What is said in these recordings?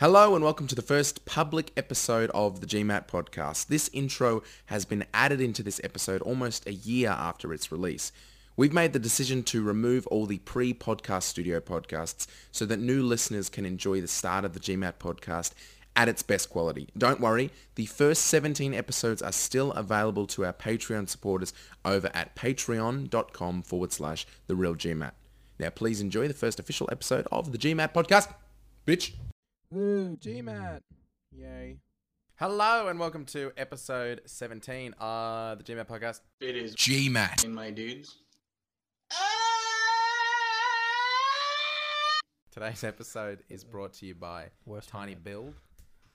Hello and welcome to the first public episode of the GMAT podcast. This intro has been added into this episode almost a year after its release. We've made the decision to remove all the pre-podcast studio podcasts so that new listeners can enjoy the start of the GMAT podcast at its best quality. Don't worry, the first 17 episodes are still available to our Patreon supporters over at patreon.com forward slash the real GMAT. Now please enjoy the first official episode of the GMAT podcast. Bitch. Woo, GMAT. Yay. Hello and welcome to episode 17 of the GMAT podcast. It is GMAT. in my dudes. Today's episode is brought to you by Worst Tiny Build,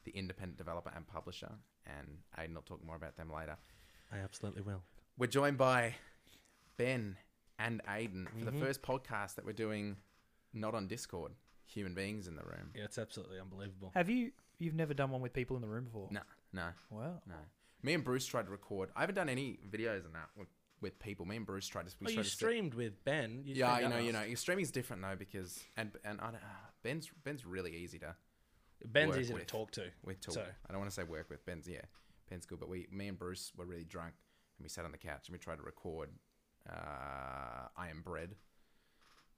the independent developer and publisher, and Aiden will talk more about them later. I absolutely will. We're joined by Ben and Aiden for Mm-hmm. the first podcast that we're doing not on Discord, human beings in the room. Yeah, it's absolutely unbelievable. Have you? You've never done one with people in the room before. No, no, Wow. no. Me and Bruce tried to record. I haven't done any videos on that with, with people. Me and Bruce tried to... we Oh, tried you to sit- streamed with Ben. You Yeah, you streamed know, you with know, us. your streaming's different though because and and I don't, ah, Ben's Ben's really easy to Ben's work easy with. to talk to. we talk. So- I don't want to say work with Ben's. Yeah, Ben's good, but we, me and Bruce, were really drunk and we sat on the couch and we tried to record. Uh, I am bread,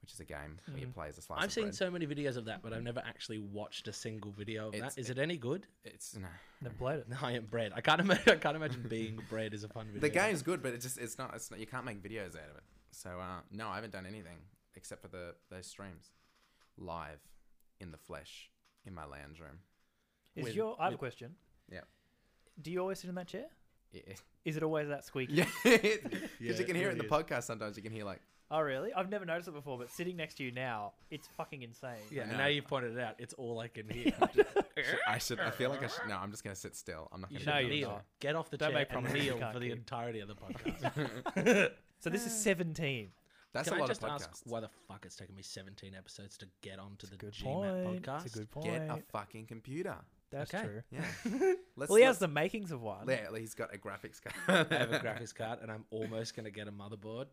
which is a game where you play as a slice. Mm-hmm. I've of seen bread. so many videos of that, but I've never actually watched a single video of It's- that. Is it any good? It's no. Never played it. No, I am bread. I can't imagine. I can't imagine being bread is a fun video. The game's good, but it just it's not. It's not. You can't make videos out of it. So uh, no, I haven't done anything except for the those streams, live, in the flesh, in my lounge room. Is With- your? I have a with- question. Yeah. Do you always sit in that chair? Yeah. Is it always that squeaky? Yeah, because Yeah, you can it hear it in the really is. podcast sometimes. You can hear like, Oh really? I've never noticed it before, but sitting next to you now, it's fucking insane. Yeah, I and know. now you've pointed it out. It's all I can hear. I should. I feel like I should. No, I'm just gonna sit still. I'm not You gonna. should No, do you're it. kneel. not. Get off the Don't chair make and promises you kneel can't for the keep. entirety of the podcast. So this is 17. That's Can a I lot just of ask podcasts. why the fuck it's taken me 17 episodes to get onto the Good GMAT point. podcast? It's a good point. Get a fucking computer. That's Okay. true. Yeah. Let's, Well, he has let's- the makings of one. Yeah, he's got a graphics card. I have a graphics card, and I'm almost going to get a motherboard.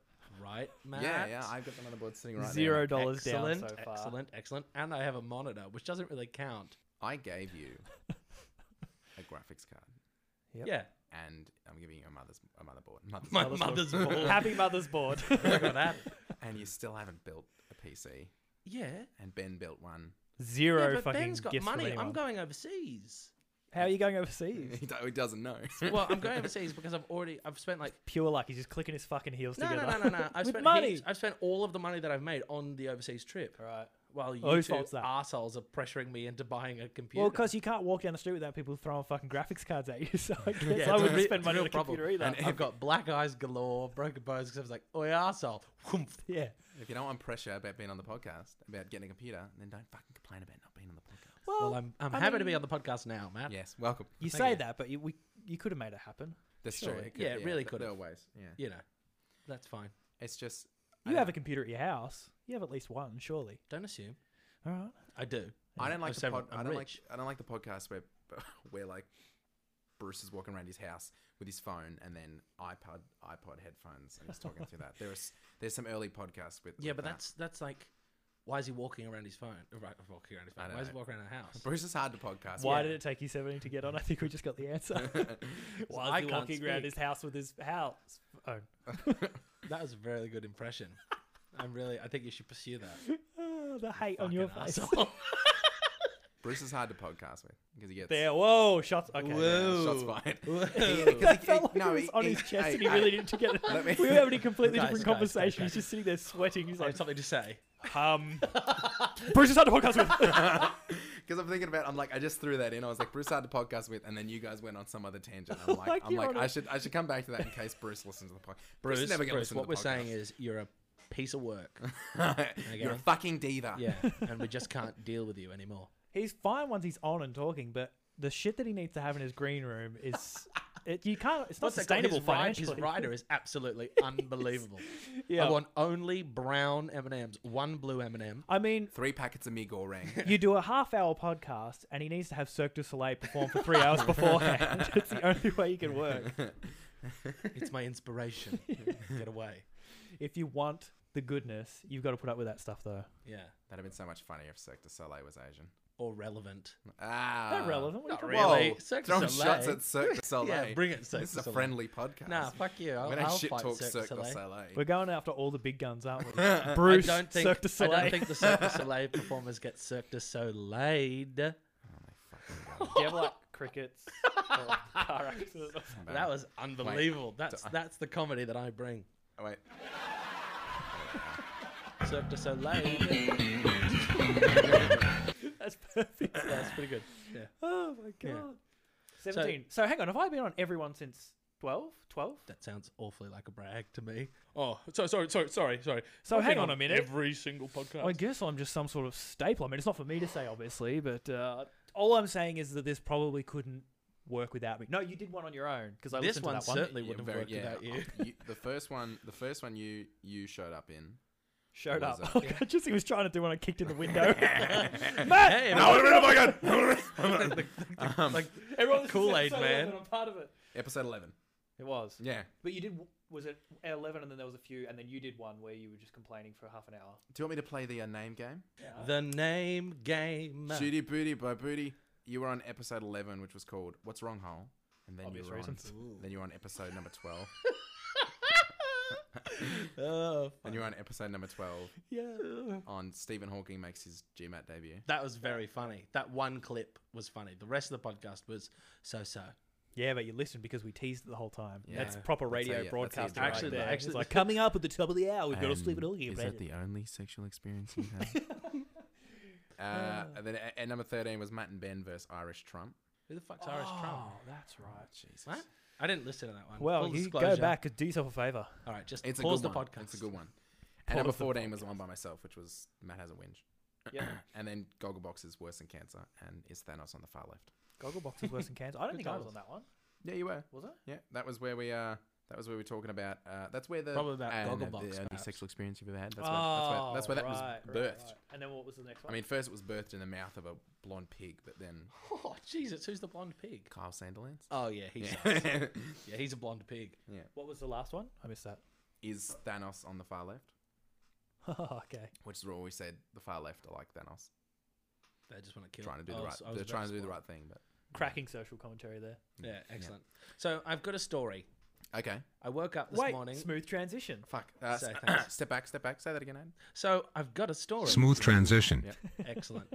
Right, Matt? yeah, yeah. I've got the motherboard sitting right Zero Now. dollars down excellent, so far. excellent, excellent. And I have a monitor, which doesn't really count. I gave you a graphics card, Yep. Yeah, and I'm giving you a mother's a motherboard. Mother's my Mother's mother's board. board. Happy mother's board. Look at that. and you still haven't built a PC. Yeah. And Ben built one. Zero yeah, but fucking Ben's got gifts from money. anyone. I'm going overseas. How are you going overseas? He, do- he doesn't know. Well, I'm going overseas because I've already I've spent like Pure luck. He's just clicking his fucking heels no no together. no no no. I've With spent money. heaps- I've spent all of the money that I've made on the overseas trip. Right. While you Well, whose two fault's that? assholes are pressuring me into buying a computer. Well, because you can't walk down the street without people throwing fucking graphics cards at you. So I guess it's a I wouldn't re- spend it's money real on a computer either. And I've got black eyes galore, broken bones. Because I was like, "Oi, asshole!" Whoomph. yeah. if you don't want pressure about being on the podcast, about getting a computer, then don't fucking complain about not being on the podcast. Well, I'm, I'm I happy to mean, be on the podcast now, Matt. Yes, welcome. You Thank say you. that, but you, we you could have made it happen. That's true. Surely. It Yeah, it really th- could There are have. ways. Yeah. You know, that's fine. It's just. I You don't- have a computer at your house. You have at least one, surely. Don't assume. All right. I do. I don't like the several- pod, I I'm don't rich. like I don't like the podcast where where like Bruce is walking around his house with his phone and then iPod iPod headphones and he's talking through that. There's there's some early podcasts with Yeah, with but that. that's that's like, why is he walking around his phone? Uh, Right, walking around his I phone. don't Why is he know. walking around the house? Bruce is hard to podcast. Why with. did it take you 17 to get on? I think we just got the answer. Why I is he can't walking around speak. his house with his house phone? That was a very good impression. I'm really. I think you should pursue that. Oh, the hate on your Fucking face. asshole. Bruce is hard to podcast with because he gets There. Whoa. Shots. Okay. yeah, Whoa. shots fired. Whoa. He- 'cause That he- felt he- like no, he was on his chest and he hey, really didn't get it. Let me- We were having a completely Guys, different guys, conversation. guys, He's guys. just sitting there sweating. He's I like, have something to say. um, Bruce is on the podcast with. Because I'm thinking about, I'm like, I just threw that in. I was like, Bruce had to podcast with, and then you guys went on some other tangent. I'm like, Like I'm you're like, on I a- should, I should come back to that in case Bruce listens to the podcast. Bruce, Bruce, never gonna Bruce listen to the what we're podcast. saying is you're a piece of work. You're a Okay. fucking diva. Yeah, and we just can't deal with you anymore. He's fine once he's on and talking, but the shit that he needs to have in his green room is it, you can't. It's not What's that called? sustainable his ride- financially. his rider is absolutely unbelievable. Yeah. I want only brown M and M's, one blue M&M. M and M. I mean, Three packets of me goreng. you do a half-hour podcast, and he needs to have Cirque du Soleil perform for three hours beforehand. it's the only way you can work It's my inspiration. Get away. if you want the goodness. You've got to put up with that stuff, though. Yeah. That'd have been so much funnier if Cirque du Soleil was Asian. or relevant? Ah, They're relevant. What are Uh, not you talking about? really. Whoa, Cirque du throwing Soleil. shots at Cirque du Soleil. Yeah, bring it, Cirque This du is a Soleil. friendly podcast. Nah, fuck you. I'll, we don't I'll shit fight talk Cirque Cirque du du Soleil. We're Soleil. going after all the big guns, aren't we? Bruce, I don't think Cirque du Soleil. I don't think the Cirque du Soleil performers get Cirque du Soleil. Do you have like crickets or car accidents? or something? That was unbelievable. That's that's the comedy that I bring. Oh, wait. Cirque du Soleil. That's perfect. That's pretty good. Yeah. Oh my Yeah. god. 17. So, hang on, have I been on everyone since 12? 12? That sounds awfully like a brag to me. Oh, so sorry, sorry, sorry, sorry. So I've hang been on a minute. Every single podcast. I guess I'm just some sort of staple. I mean, it's not for me to say, obviously, but uh, all I'm saying is that this probably couldn't work without me. No, you did one on your own because I this listened one to that one. certainly Yeah, wouldn't very- work yeah, without you. uh, you- The first one, the first one you you showed up in. Showed was up. that? I just he was trying to do when I kicked in the window. Hey, No, everyone- what have I got? Um, like everyone's Kool Aid So man. I'm part of it. Episode eleven. It was. Yeah. But you did. Was it eleven? And then there was a few, and then you did one where you were just complaining for half an hour. Do you want me to play the uh, name game? The name game. Shooty booty by booty. You were on episode eleven, which was called "What's Wrong Hole," and then Obvious you were reasons. on. Then you were on episode number twelve. Oh, and you were on episode number twelve yeah. on Stephen Hawking makes his GMAT debut. That was very funny. That one clip was funny. The rest of the podcast was so so. Yeah, but you listened because we teased it the whole time. That's Yeah. proper That's how radio you- that's how you broadcasting. drive Actually, it. there. Actually- it's like coming up at the top of the hour, we've got to sleep at all. Is that the only sexual experience you had? uh, and then at, at number thirteen was Matt and Ben versus Irish Trump. Who the fuck's Irish Oh, Trump? that's right. Jesus, What? I didn't listen to that one. Oh. Well, Full you disclosure. go back and do yourself a favor. All right, just it's a pause good the one. podcast. It's a good one. And number Pause the fourteen was the one by myself, which was Matt has a whinge. Yeah, And then Gogglebox is worse than cancer, and is Thanos on the far left. Gogglebox is worse than cancer. I don't Good think I was titles. on that one. Yeah, you were. Was I? Yeah, that was where we Uh, that was where we were talking about. Uh, that's where the Probably about and, uh, Gogglebox, the only perhaps. Oh, sexual experience you've ever had. That's where, that's where, that's where right, that was right, birthed. right. And then what was the next one? I mean, first it was birthed in the mouth of a blonde pig, but then Oh Jesus, who's the blonde pig? Kyle Sanderlands. Oh yeah, he's Yeah. yeah, he's a blonde pig. what was the last one? I missed that. is Thanos on the far left? okay. Which is what we said. The far left are like Thanos, They just want to kill. trying to do I the right. was- I was They're about trying to do the spoil. right thing. But Cracking social commentary there. Yeah, excellent. So I've got a story. okay, I woke up this Wait, morning. smooth transition. fuck. Uh, Say s- thanks. step back, step back. Say that again, Adam. So I've got a story. Smooth transition. Excellent.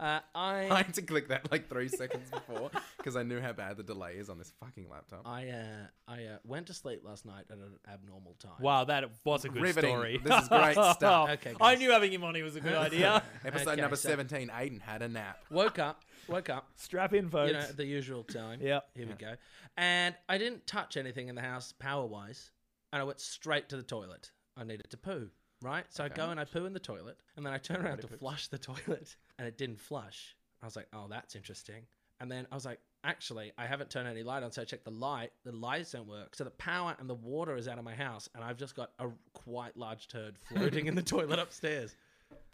Uh, I I had to click that like three seconds before because I knew how bad the delay is on this fucking laptop. I uh, I uh, went to sleep last night at an abnormal time. Wow, that was a good Riveting. story. This is great stuff. Okay, I guys. knew having him on here was a good idea. Episode Okay, number so- seventeen. Aiden had a nap. Woke up, woke up. Strap in, folks. You know, at the usual time. Yep. Here we go. And I didn't touch anything in the house power wise, and I went straight to the toilet. I needed to poo, right? So I go and I poo in the toilet, and then I turn around to flush the toilet, and it didn't flush. I was like, oh, that's interesting. And then I was like, actually, I haven't turned any light on, so I checked the light. The lights don't work, so the power and the water is out of my house, and I've just got a quite large turd floating in the toilet upstairs.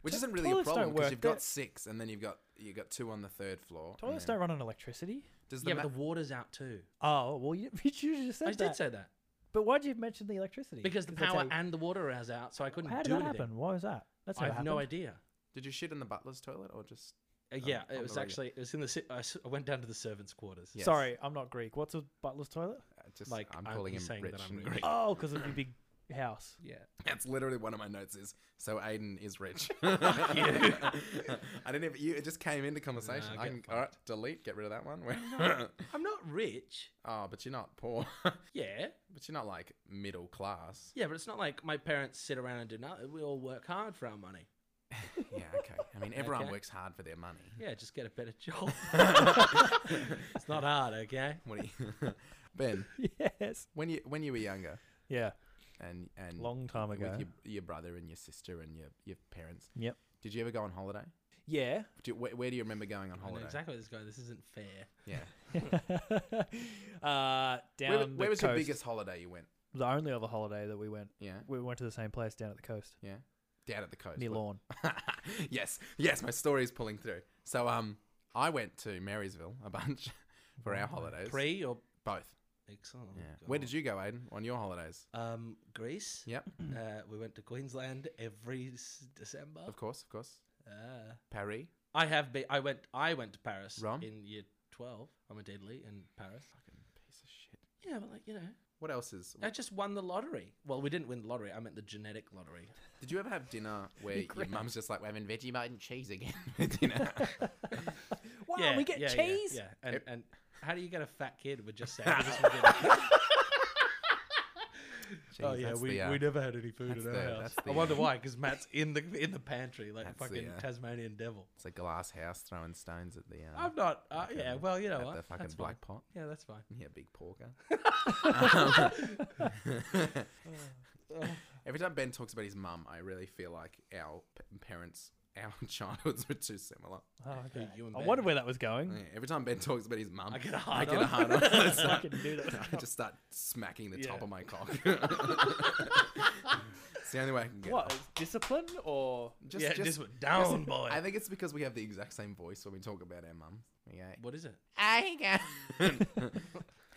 Which isn't really a toilets don't problem because work, you've they're- got six, and then you've got you got two on the third floor. and Toilets then- don't run on electricity. Does the Yeah, ma- but the water's out too. Oh well, you, you just said I that. did say that But why did you mention the electricity? because the that's power how and the water is out, so I couldn't you- how did do that anything. happen? Why was that? That's I never have happened. no idea. did you shit in the butler's toilet or just? Uh, yeah, on it was the regular. actually it was in the. si- I s- I went down to the servants' quarters. Yes. Sorry, I'm not Greek. What's a butler's toilet? uh, just Like, I'm I'm- calling he's him saying that rich I'm and rich. Greek. Oh, because of your big house. Yeah. That's literally one of my notes. Is so Aiden is rich. I didn't even. You, it just came into conversation. Nah, I get can all right, delete, get rid of that one. I'm not rich. oh, but you're not poor. Yeah, but you're not like middle class. yeah, but it's not like my parents sit around and do nothing. We all work hard for our money. Yeah, okay. I mean, everyone Okay. works hard for their money. Yeah, just get a better job. it's not hard, okay? What do you, Ben? Yes. When you when you were younger, Yeah. and and Long time Mm. with ago. your, your brother and your sister and your your parents, Yep. did you ever go on holiday? Yeah. Do, you- where, where do you remember going on I know holiday? exactly this guy. This isn't fair. Yeah. uh, down Where, the where was your coast. biggest holiday you went? The only other holiday that we went, Yeah. we went to the same place down at the coast Yeah. Down at the coast. near wasn't Lawn. yes, yes, my story is pulling through. So, um, I went to Marysville a bunch for our holidays. Pre or Both. excellent. Oh, Oh, Yeah. Where did you go, Aiden, on your holidays? Um, Greece. Yep. Uh, we went to Queensland every s- December. Of course, of course. Uh, Paris. I have been. I went. I went to Paris Rome? in year twelve. I went to Italy and Paris. Fucking piece of shit. Yeah, but like you know, What else is? I just won the lottery. Well, we didn't win the lottery. I meant the genetic lottery. Did you ever have dinner where your Great. mum's just like, "We're having Vegemite and cheese again for dinner"? Oh, Wow, yeah, we get yeah, yeah, cheese. Yeah, And, and how do you get a fat kid with just sandwiches? for dinner? Jeez, Oh, that's the, uh, never had any food that's the- that's the, I wonder uh, why, because Matt's in the in the pantry like a That's the, fucking uh, Tasmanian devil. It's a glass house throwing stones at the. Uh, I'm not. Uh, yeah, well, you know at what? the fucking that's black fine. pot. Yeah, that's fine. Yeah, big porker. Every time Ben talks about his mum, I really feel like our p- parents, our childhoods were too similar. Oh, okay. you and I Ben. wondered where that was Yeah, going. every time Ben talks about his mum, Mm. I get a hard I get a on. hard on. I I start- can do that. I just start smacking the top Yeah. of my cock. it's the only way I can get. What off. is discipline or Just, yeah, just- this one down, just- boy. I think it's because we have the exact same voice when we talk about our mum. Yeah. What is it? I go.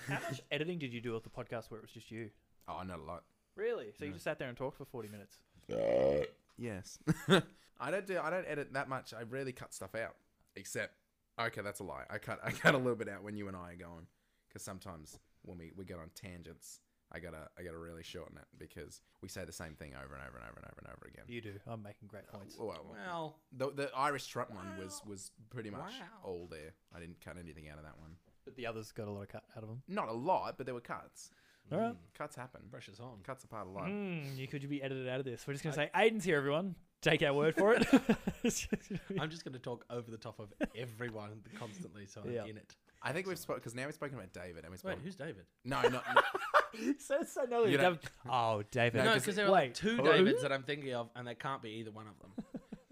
how much editing did you do of the podcast where it was just you? oh, not a lot. Really? So you just sat there and talked for forty minutes? Yes. I don't do I don't edit that much. I really cut stuff out. Except okay, that's a lie. I cut I cut a little bit out when you and I are going cuz sometimes when we we get on tangents, I got to I got to really shorten it because we say the same thing over and over and over and over and over again. You do. I'm making great points. Well, Well, the, the Irish truck one was was pretty much Wow. all there. I didn't cut anything out of that one. But the others got a lot of cut out of them. Not a lot, but there were cuts. All right. Cuts happen. pressure's on. Cuts apart a lot. Mm, you could you be edited out of this? We're just gonna say Aiden's here, everyone. Take our word for it. It's just gonna be- I'm just going to talk over the top of everyone constantly, so I'm Yeah. in it. I think we've spoken because now we've spoken about David and we Wait, spoke. who's David? No, not. no. so so no, You don't- Dav- Oh, David. No, 'cause- because there are like wait, two who? Davids that I'm thinking of, and they can't be either one of them.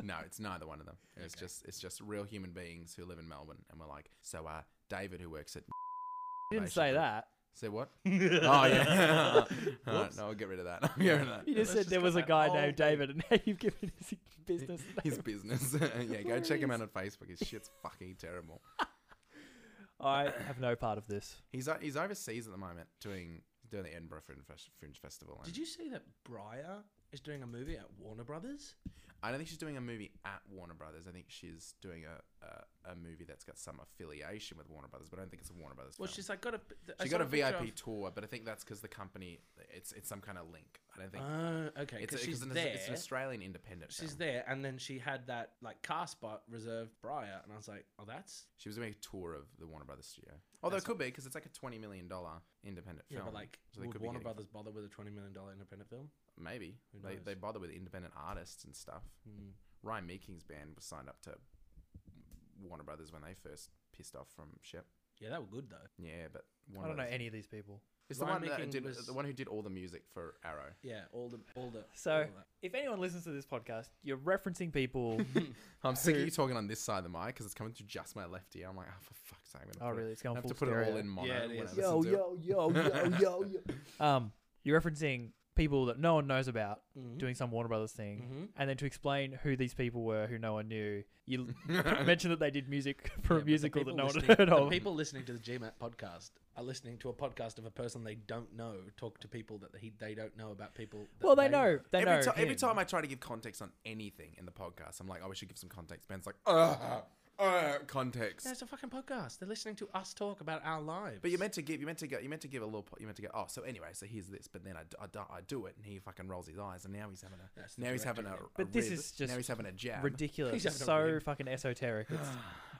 No, it's neither one of them. It's just it's just real human beings who live in Melbourne, and we're like, so uh, David who works at You didn't say basically. that. say what? oh yeah, Alright, no, I'll get rid of that. I'm getting rid of You that. Let's just said just there cut was a that guy whole named David, and now you've given his business. His business. yeah, go check him out on Facebook. His shit's fucking terrible. I have no part of this. He's o- he's overseas at the moment doing doing the Edinburgh Fringe, Fes- Fringe Festival. And Did you see that Briar is doing a movie at Warner Brothers? I don't think she's doing a movie at Warner Brothers. I think she's doing a a, a movie that's got some affiliation with Warner Brothers, but I don't think it's a Warner Brothers. Well, film. she's like got a. I Oh. she saw got a picture VIP of- tour, but I think that's because the company it's it's some kind of link. I don't think Oh, okay. It's, 'cause a, she's she's an, there. it's an Australian independent. she's film. there, and then she had that like car spot reserved Briar, and I was like, oh, that's She was doing a tour of the Warner Brothers studio. Although it could be because it's like a twenty million dollar independent yeah, film. but like, so they would could be Warner getting- Brothers bother with a twenty million dollar independent film? maybe Who they, knows? they bother with independent artists and stuff. Hmm. Ryan Meeking's band was signed up to Warner Brothers when they first pissed off from Shep. Yeah, that were good though. Yeah, but I Warner don't know Brothers- any of these people. It's the Ryan one that Meeking did was- the one who did all the music for Arrow. Yeah, all the all the all So, of that. if anyone listens to this podcast, you're referencing people. I'm sick of Who- you talking on this side of the mic because it's coming through just my left ear. I'm like, oh for fuck's sake! I'm gonna Oh, put it- really? It's going I have full to put it all stereo. in mono. Yeah, it when I is. listen to it. yo, yo, yo, yo. Um, you're referencing people that no one knows about Mm-hmm. doing some Warner Brothers thing, and then to explain who these people were who no one knew, you l- mentioned that they did music for Yeah, but a the musical that people no one had listening- heard the of. people listening to the GMAT podcast are listening to a podcast of a person they don't know talk to people that he, they don't know about people. That well, they know. They every, know. ti- every him. time I try to give context on anything in the podcast, I'm like, oh, we should give some context. Ben's like, uh, uh, context. Yeah, it's a fucking podcast. They're listening to us talk about our lives. but you meant to give, you meant to go, you meant to give a little, po- you meant to go. Oh, so anyway, so here's this. But then I, d- I do- I do it, and he fucking rolls his eyes, and now he's having a, That's the now he's director having a, thing. a But this rib, is just now he's having a jab. ridiculous. He's having a so really- fucking esoteric. It's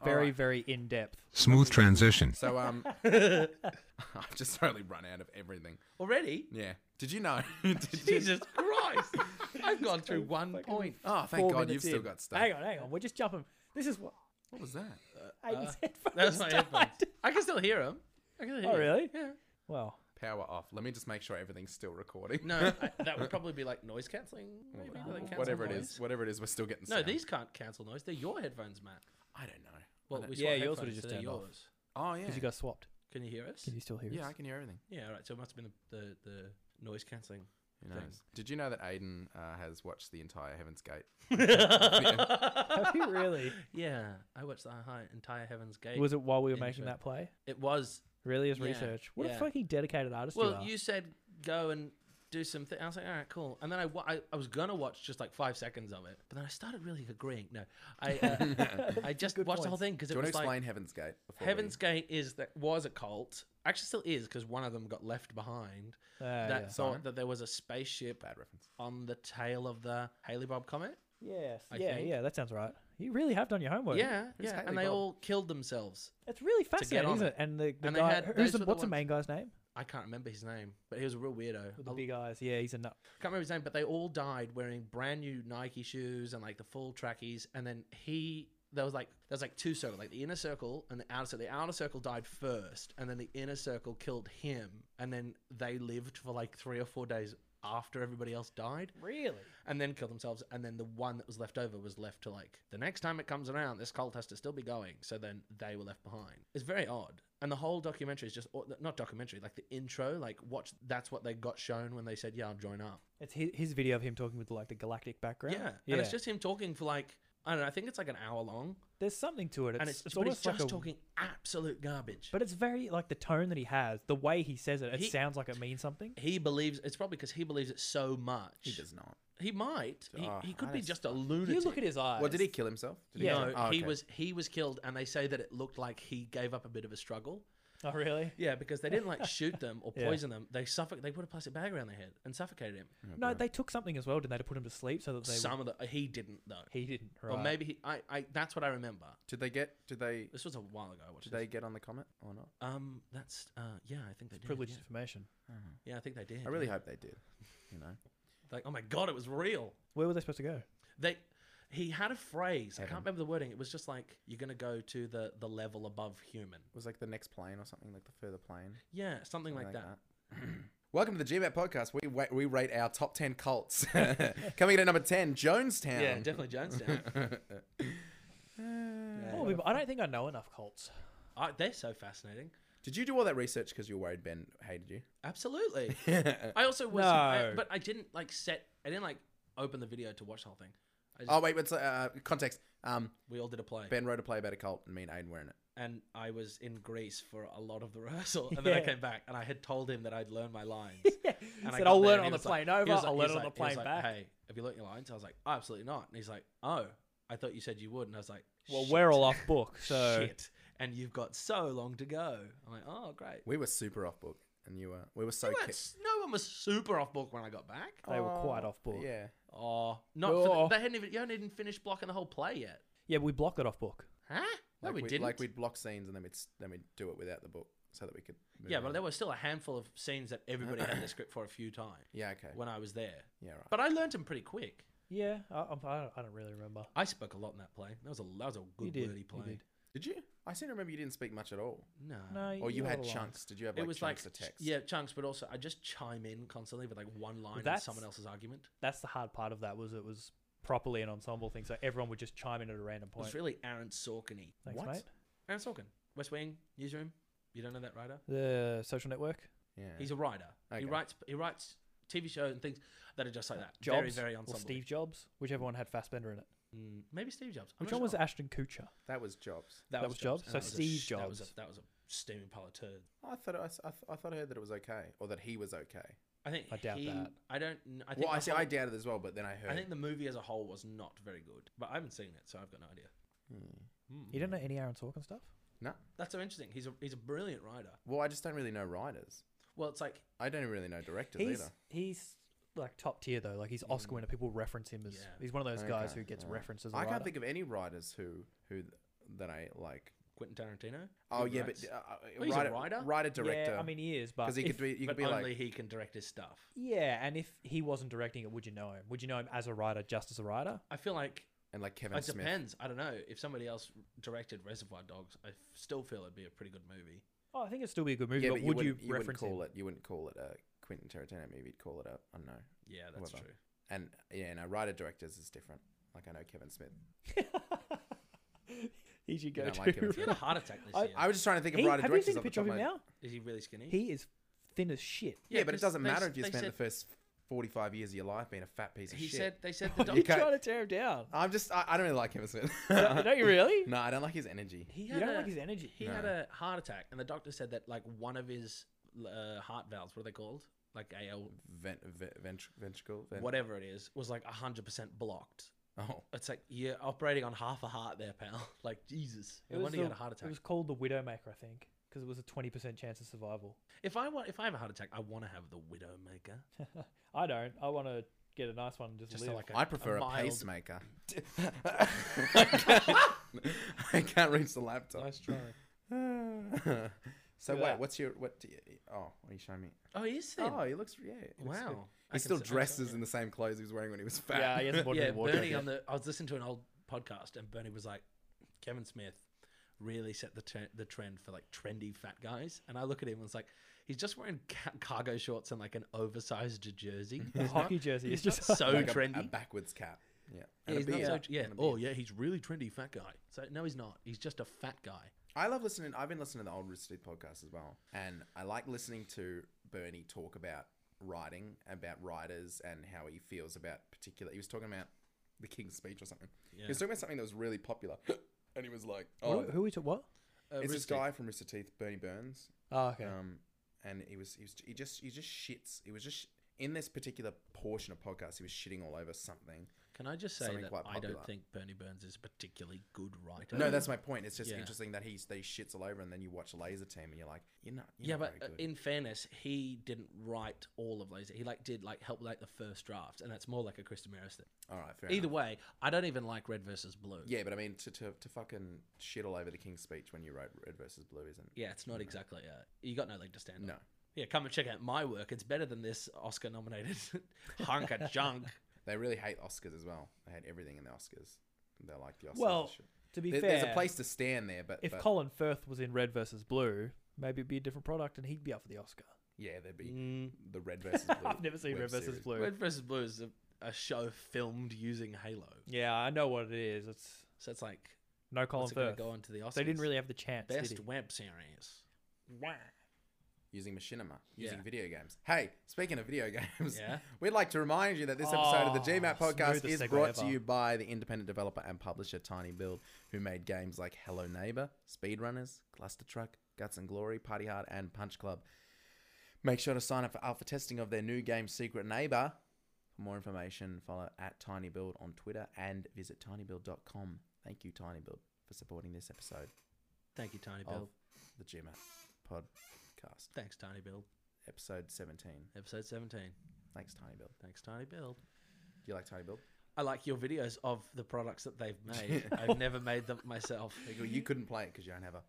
very, very in depth. Smooth transition. So um, I've just totally run out of everything. already. Yeah. Did you know? Did you- Jesus Christ! I've gone through one point. oh, thank Four God minutes you've still in. got stuff. Hang on, hang on. We're just jumping. This is what What was that? Aiden's headphones That's my died. headphones. I can still hear him. I can still hear Oh, 'em. really? Yeah. Well, Power off. Let me just make sure everything's still recording. No, I, that would probably be like noise cancelling. Maybe like cancel Whatever it noise. is, whatever it is, we're still getting. No, sound. these can't cancel noise. They're your headphones, Matt. I don't know. Well, we swap Yeah, yours headphones, would've just so they're turned off. yours. Oh yeah. because you got swapped. Can you hear us? Can you still hear Yeah, us? I can hear everything. Yeah, all right. So it must have been the the, the noise cancelling. Who Thanks. knows? Did you know that Aiden uh, has watched the entire Heaven's Gate? Have you really? Yeah, I watched the hi- entire Heaven's Gate. Was it while we were making Intro. that play? It was. Really is Yeah, research. What a yeah. fucking dedicated artist you Well, are. you said go and do some thing. I was like, all right, cool. And then I, wa- I, I was gonna watch just like five seconds of it, but then I started really agreeing. No, I, uh, I just watched the whole thing because Do it you want to was explain like Heaven's Gate? before we- Heaven's Gate is that was a cult. Actually, still is because one of them got left behind. Ah, that yeah. thought that there was a spaceship Bad reference. on the tail of the Haley Bob comet. Yes. I yeah, think. yeah, that sounds right. You really have done your homework. yeah, who's yeah, Haley and they Bob? all killed themselves. It's really fascinating, on isn't it. it? And the, the And they guy, had- who's those the, were the what's the ones- main guy's name? I can't remember his name, but he was a real weirdo. With the I big eyes. Yeah, he's a nut. can't remember his name, but they all died wearing brand new Nike shoes and like the full trackies. And then he, there was like there was like two circle, like the inner circle and the outer. circle. The outer circle died first, and then the inner circle killed him. And then they lived for like three or four days after everybody else died, Really? and then killed themselves. And then the one that was left over was left to like the next time it comes around, this cult has to still be going. So then they were left behind. It's very odd. And the whole documentary is just or- not documentary, like the intro, like watch. That's what they got shown when they said, "Yeah, I'll join up." It's his, his video of him talking with like the galactic background. Yeah. yeah. And it's just him talking for like, I don't know, I think it's like an hour long. there's something to it. It's, and it's, it's but almost it's just like a, talking absolute garbage. but it's very like the tone that he has, the way he says it. It He- sounds like it means something. he believes, it's probably because he believes it so much. He does not. He might. He, Ah, he could I be just- just a lunatic. You look at his eyes. Well, did he kill himself? Did Yeah. He Uh, No, kill- Oh, he okay. was he was killed, and they say that it looked like he gave up a bit of a struggle. Oh, really? Yeah, because they didn't like shoot them or Yeah. poison them. They suffoc. They put a plastic bag around their head and suffocated Oh, him. No, they took something as well, didn't they, to put him to sleep so that they. would- Some of the he didn't though. he didn't. Right. Or maybe he. I, I. That's what I remember. Did they get? Did they? This was a while ago. I watched Did this. they get on the comet or not? Um. That's. Uh. Yeah. I think they did. privileged Yeah. information. yeah. I think they did. I really hope they did. You know, Like, oh my god, it was real. Where were they supposed to go? They he had a phrase. I can't remember the wording. It was just like you're gonna go to the the level above human. it was like the next plane or something, like the further plane. Yeah, something like that. Welcome to the GMAT podcast. We wa- we rate our top ten cults. Coming in at number ten, Jonestown. Yeah, definitely Jonestown. Oh, we- I don't think I know enough cults. I, they're so fascinating. Did you do all that research because you were worried Ben hated you? Absolutely. I also was, I- No. but I didn't like set. I didn't like open the video to watch the whole thing. I just, Oh wait, what's uh, context? Um, we all did a play, Ben wrote a play about a cult, and me and Aiden were in it. and I was in Greece for a lot of the rehearsal, and then I Yeah. came back, and I had told him that I'd learned my lines. He And I said, got "I'll there learn and he it on the was like- plane over. he was like- I'll he learn was it on the like- he was plane like, back." Hey, have you learnt your lines? I was like, "Oh, absolutely not. And he's like, oh, I thought you said you would. And I was like, well, shit, we're all off book, so shit. And you've got so long to go. I'm like, oh, great. We were super off book, and you were. We were so. You kicked. weren't s- no one was super off book when I got back. they were quite off book. Yeah. Yeah. Oh, not Oh. for the, they hadn't even you hadn't even finished blocking the whole play yet. but we blocked it off book. Huh? No, like we we'd- didn't. Like we'd block scenes and then we'd s- then we'd do it without the book so that we could. Move yeah, but on. there were still a handful of scenes that everybody had the script for a few times yeah, okay, when I was there. yeah, right. But I learned them pretty quick. Yeah, I, I'm- I, don't, I don't really remember. I spoke a lot in that play. That was a that was a You good did, wordy you play. did. Did you? I seem to remember you didn't speak much at all, No. No, or you got had a line. chunks. Did you have It like was like chunks of ch- text? yeah, chunks, but also I just chime in constantly with like one line on that's- someone else's argument. That's the hard part of that was it was properly an ensemble thing, so everyone would just chime in at a random It was point. really Aaron Sorkin-y. Thanks, What? mate. Aaron Sorkin, West Wing, Newsroom. You don't know that writer? The social network. yeah. He's a writer. Okay. He writes he writes TV shows and things that are just like that. Jobs Uh, very very or ensemble. Steve Jobs, whichever one had Fassbender in it. Mm, maybe Steve Jobs. I'm Which not one was sure. Ashton Kutcher? that was Jobs. that was Jobs? So That was a Steve sh- That was Jobs. a, that was a steaming pile of turd. I thought I, s- I, th- I thought I heard that it was okay, or that he was okay. I think I doubt he- that. I don't. kn- I think well, I the see. whole- I doubted as well, but then I heard. I think the movie as a whole was not very good, but I haven't seen it, so I've got no idea. You Hmm. don't know any Aaron Sorkin stuff? no. That's so interesting. He's a he's a brilliant writer. Well, I just don't really know writers. Well, it's like I don't really know directors He's either. he's like top tier though. Like he's Oscar winner. People reference him as Mm. Yeah. he's one of those guys Okay, who gets alright. references. I can't think of any writers who who th- that I like. Quentin Tarantino. Oh He yeah, writes, but uh, uh, Well, he's a writer, writer. writer director. Yeah, I mean he is, but because he if- could be, you could but be only like, he can direct his stuff. Yeah, and if he wasn't directing it, would you know him? Would you know him as a writer, just as a writer? I feel like and like Kevin it Smith. depends. I don't know if somebody else directed Reservoir Dogs. I f- still feel it'd be a pretty good movie. Oh, I think it'd still be a good movie, Yeah, but, but would you, wouldn't- you wouldn't reference call him? it? You wouldn't call it a Quentin Tarantino movie. You'd call it a I don't know. Yeah, that's Whatever. true. And yeah, no, writer directors is different. Like I know Kevin Smith. He's your don't go-to. like him if He had a heart attack this I- year. I was just trying to think of He- writer have you directors. seen a off the picture of top him of my- now? Is he really skinny? He is thin as shit. Yeah, but it 'cause doesn't they s- matter if you they spent said, the first forty-five years of your life being a fat piece of He shit. said they said the You You're doc- can't- trying to tear him down. I'm just. I, I don't really like Kevin Smith. Don't you really? no, I don't like his energy. he You had don't a- like his energy. He had a heart attack, and the doctor said that like one of his uh, heart valves, what are they called? like AL, Vent, ve- ventr- ventricle? Vent- whatever it is, was like 100% blocked. Oh, It's like you're operating on half a heart there, pal. Like Jesus, no wonder you had a heart attack. It was called the Widowmaker, I think, because it was a twenty percent chance of survival. If I want, if I have a heart attack, I want to have the Widowmaker. I don't. I want to get a nice one and just, Just live. to like, a, I prefer a, mild- pacemaker. I can't reach the laptop. nice try. so Look at wait, that. what's your what? Do you, oh, are you showing me? Oh, he is thin. Oh, he looks yeah. he looks good. wow. I He still can see- I dresses saw- in the same clothes he was wearing when he was fat. yeah, he hasn't bought Yeah, any wardrobe Bernie yet. on the. I was listening to an old podcast, and Bernie was like, Kevin Smith really set the tre- the trend for like trendy fat guys, and I look at him and it's like, he's just wearing ca- cargo shorts and like an oversized jersey. The hockey jersey. It's He's not just so Like a- trendy. A, backwards cap. Yeah. Yeah, And a he's not beard. so, yeah. And a Oh, beard. yeah. He's really trendy, fat guy. So no, he's not. He's just a fat guy. I love listening. I've been listening to the old Rich Teeth podcast as well, and I like listening to Bernie talk about writing, about writers, and how he feels about particular. He was talking about the King's Speech or something. He was talking about something that was really popular, and he was like, "Oh, who, who we took? What? Uh, it's this Rooster Teeth. guy from Rooster Teeth, Bernie Burns." Oh, okay. Um, and he was he was he just he just shits. He was just sh- in this particular portion of podcast. He was shitting all over something. Can I just say something that quite I popular. don't think Bernie Burns is a particularly good writer. No, that's my point. It's just Yeah. interesting that he's that he shits all over, and then you watch Laser Team, and you're like, "You're not." You're yeah, not but very uh, good. in fairness, he didn't write all of Laser. He like did like help like the first draft, and that's more like a Chris Damaris thing. all right, fair Either enough. way, I don't even like Red versus Blue. Yeah, but I mean, to, to, to fucking shit all over the King's Speech when you wrote Red versus Blue isn't. Yeah, it's not exactly. Uh, you got no leg to stand on. No. Yeah, come and check out my work. It's better than this Oscar-nominated hunk of junk. They really hate Oscars as well. They hate everything in the Oscars. They like the Oscars. well, and shit. to be There- fair, there's a place to stand there, but, if but- Colin Firth was in Red versus Blue, maybe it'd be a different product, and he'd be up for the Oscar. yeah, there'd be the Red versus Blue. Mm. I've never seen web Red versus series. Blue. Mm. Red versus Blue is a, a show filmed using Halo, Yeah, I know what it is. It's so it's like no Colin what's it going Firth. to go on to the Oscars? They didn't really have the chance. did best he? web series. using machinima, using Yeah. video games. Hey, speaking of video games, Yeah. we'd like to remind you that this episode of the Oh, GMAT podcast is smoothest segue brought to ever. you by the independent developer and publisher Tiny Build, who made games like Hello Neighbor, Speedrunners, Cluster Truck, Guts and Glory, Party Hard, and Punch Club. Make sure to sign up for alpha testing of their new game Secret Neighbor. For more information, follow at Tiny Build on Twitter and visit tinybuild.com. Thank you, Tiny Build, for supporting this episode Thank you, Tiny Bill. of the GMAT podcast, Thanks, Tiny Bill. episode 17. Episode seventeen. Thanks, Tiny Build. Thanks, Tiny Bill. Do you like Tiny Build? I like your videos of the products that they've made. I've never made them myself. You couldn't play it because you don't have a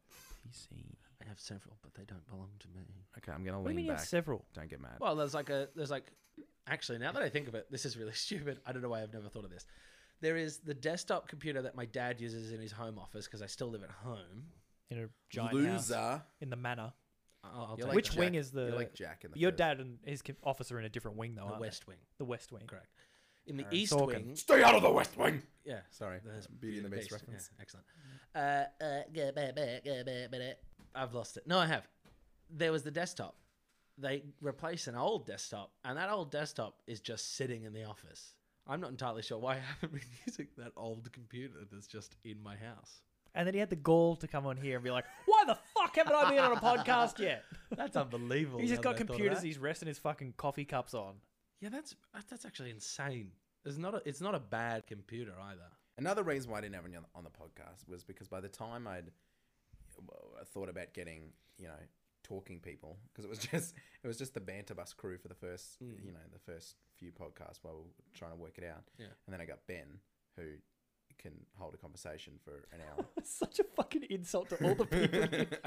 PC. I have several, but they don't belong to me. Okay, I'm gonna What do you mean lean you have back. several? Don't get mad. Well, there's like a there's like actually now that I think of it, this is really stupid. I don't know why I've never thought of this. There is the desktop computer that my dad uses in his home office because I still live at home. In a giant house Loser. in the manor. I'll, I'll You're take like Which that. Jack- wing is the? You're like Jack in the your first- dad and his co- office are in a different wing, though. The aren't they? West Wing, The West Wing. correct? In the Aaron East Sorkin. Wing, Stay out of the West Wing. yeah. Sorry, There's Beauty and the Beast reference. Yeah, excellent. Uh, uh, go back, back, go back, back. I've lost it. No, I have. There was the desktop. They replaced an old desktop, and that old desktop is just sitting in the office. I'm not entirely sure why I haven't been using that old computer that's just in my house. And then he had the gall to come on here and be like, "Why the fuck haven't I been on a podcast yet?" That's unbelievable. He's just now got that I thought of computers. that. He's resting his fucking coffee cups on. Yeah, that's uh, that's actually insane. It's not a, it's not a bad computer either. Another reason why I didn't have any on- on the podcast was because by the time I'd well, I thought about getting, you know, talking people because it was just it was just the banter bus crew for the first, Hmm. you know, the first few podcasts while we were trying to work it out. Yeah. And then I got Ben who can hold a conversation for an hour. That's such a fucking insult to all the people.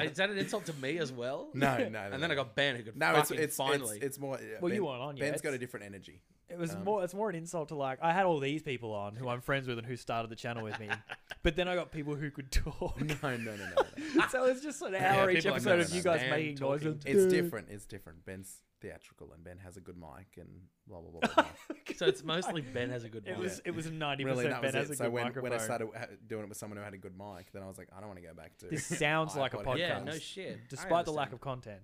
Is that an insult to me as well? no, no, no. And then I got Ben who could No, it's fucking it's finally. It's, it's more. yeah, Well, you weren't on yet. Ben's got a different energy. It was Um, more. It's more an insult to like I had all these people on who I'm friends with and who started the channel with me, but then I got people who could talk. No, no, no, no. no. so it's just an hour each people I episode know of you that guys stand making talking noises. It's different. It's different. Ben's theatrical, and Ben has a good mic, and blah blah blah. blah, blah. so it's mostly Ben has a good It one. was. It was ninety really, percent. that was Ben has a it. good So when, microphone. when I started ha- doing it with someone who had a good mic, then I was like, I don't want to go back to. This sounds like a iPod podcast. Yeah, no headphones. shit. I despite the lack understand. of content,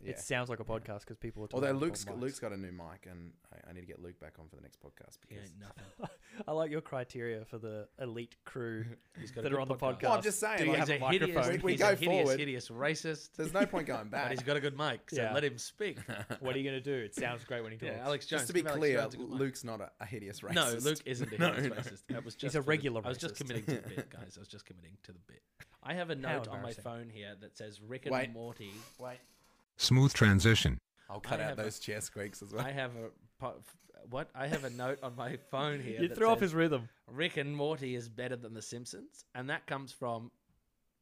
Yeah. It sounds like a podcast because people are talking. Although into Luke's mics. Luke's got a new mic, and I, I need to get Luke back on for the next podcast He because ain't nothing. I like your criteria for the elite crew He's got a that good are on the podcast. podcast. Well, I'm just saying, Do you like, have he's a a hideous, microphone? We- we he's go a hideous, forward. hideous racist, there's no point going back. but he's got a good mic, so Yeah. let him speak. what are you going to do? It sounds great when he talks. Yeah, Alex Jones. just to be give Alex clear, Jones a good mic. Luke's not a, a hideous racist. No, Luke isn't a No, hideous no. racist. That was just a for the- regular I was just racist. committing to the bit, guys. I was just committing to the bit. I have a How note on my embarrassing. phone here that says Rick and Wait. Morty. Wait, Smooth transition. I'll cut I out have a- those chair squeaks as well. I have a po- f- what? I have a note on my phone here. you that threw off says, his rhythm. Rick and Morty is better than The Simpsons, and that comes from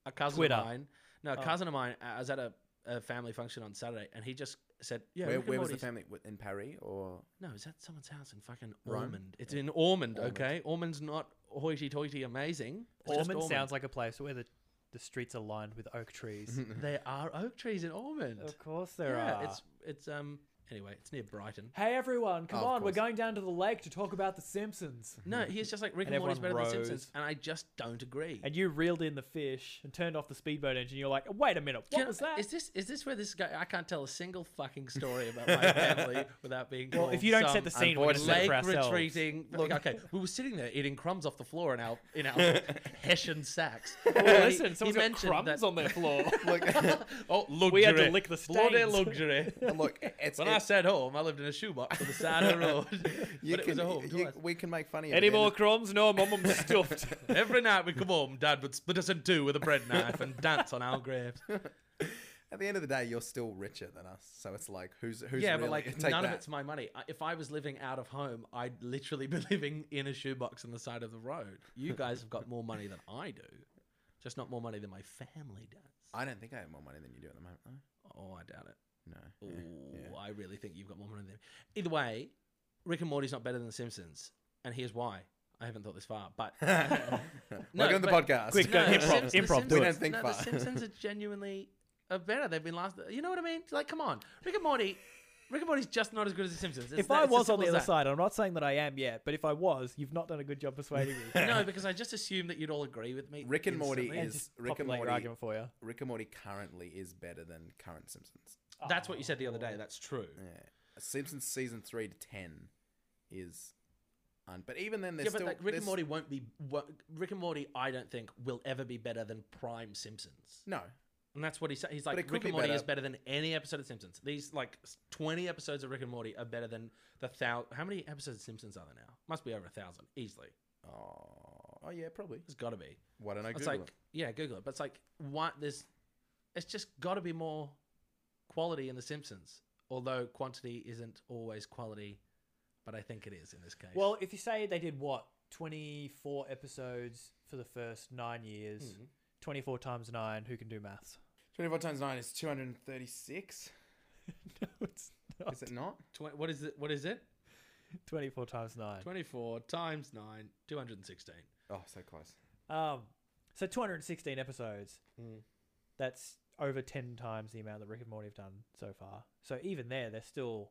a cousin Twitter. of mine. No, a Oh. cousin of mine. uh, I was at a, a family function on Saturday, and he just said, "Yeah, where Rick and where was the Morty's- family W- in Paris or? No, is that someone's house in fucking Rome? Ormond? It's in Ormond, Ormond. okay? Ormond's not hoity-toity amazing. It's just Ormond, sounds like a place where the, the streets are lined with oak trees. There are oak trees in Ormond. course yeah, it's it's um anyway, it's near Brighton. hey everyone, come Of on, we're course. going down to the lake to talk about The Simpsons. No, he's just like Rick And and, Morty's better everyone than rows. Simpsons, and I just don't agree. And you reeled in the fish and turned off the speedboat engine. You're like, wait a minute, what Can- was that? Is this is this where this guy? I can't tell a single fucking story about my family without being. Well, called if you don't set some the scene, we're going to set it Lake for ourselves. retreating. Look, okay, we were sitting there eating crumbs off the floor in our in our Hessian sacks. Well, And he- listen, he someone's got mentioned crumbs that- on their floor. oh, luxury. We had to lick the Bloody stains. luxury. And look, it's When it- I said home, I lived in a shoebox on the side of the road. you but it was a can- home. to you- us. we can make funny. of Any it. more crumbs? No, mum, I'm stuffed. Every night we come home, Dad would split us in two with a bread knife and dance on our graves. At the end of the day, you're still richer than us, so it's like who's who's yeah, really- but like take none of that. it's my money. I- If I was living out of home, I'd literally be living in a shoebox on the side of the road. You guys have got more money than I do, just not more money than my family does. I don't think I have more money than you do at the moment. though. Oh, I doubt it. No. Yeah, Ooh, yeah. I really think you've got more money than. Either way, Rick and Morty's not better than The Simpsons, and here's why. I haven't thought this far, but Welcome to the but- podcast. Quick, go, the improv, Simps- the improv, Simpsons- do it. We don't think no, far. The Simpsons are genuinely are better. They've been last. You know what I mean? Like, come on, Rick and Morty. Rick and Morty's just not as good as The Simpsons. It's if that- I it's as was on simple the as other that. side, I'm not saying that I am yet, but if I was, you've not done a good job persuading me. no, because I just assume that you'd all agree with me. Rick and Morty instantly. And is just Rick and populate your Morty. argument for you. Rick and Morty currently is better than current Simpsons. That's what you said the other day. That's true. Yeah. Simpsons season three to ten is, un- but even then, there's yeah, but still like Rick there's- and Morty won't be. wo- Rick and Morty, I don't think, will ever be better than prime Simpsons. No, And that's what he said. He's like, But it could Rick be and Morty better. is better than any episode of Simpsons. These like s- twenty episodes of Rick and Morty are better than the thousand. How many episodes of Simpsons are there now? Must be over a thousand easily. oh, oh yeah, probably. It's got to be. Why don't I It's Google like it? yeah, Google it. But it's like what there's. It's just got to be more quality in the Simpsons. Although quantity isn't always quality, but I think it is in this case. Well, if you say they did what? 24 episodes for the first nine years, Hmm. 24 times nine, who can do maths? Twenty-four times nine is two hundred and thirty-six. no, it's not. Is it not? Tw- what is it? What is it? 24 times nine. Twenty-four times nine, two hundred and sixteen. Oh, so close. Um, so 216 episodes. Hmm. That's over 10 times the amount that Rick and Morty have done so far. So even there, they're still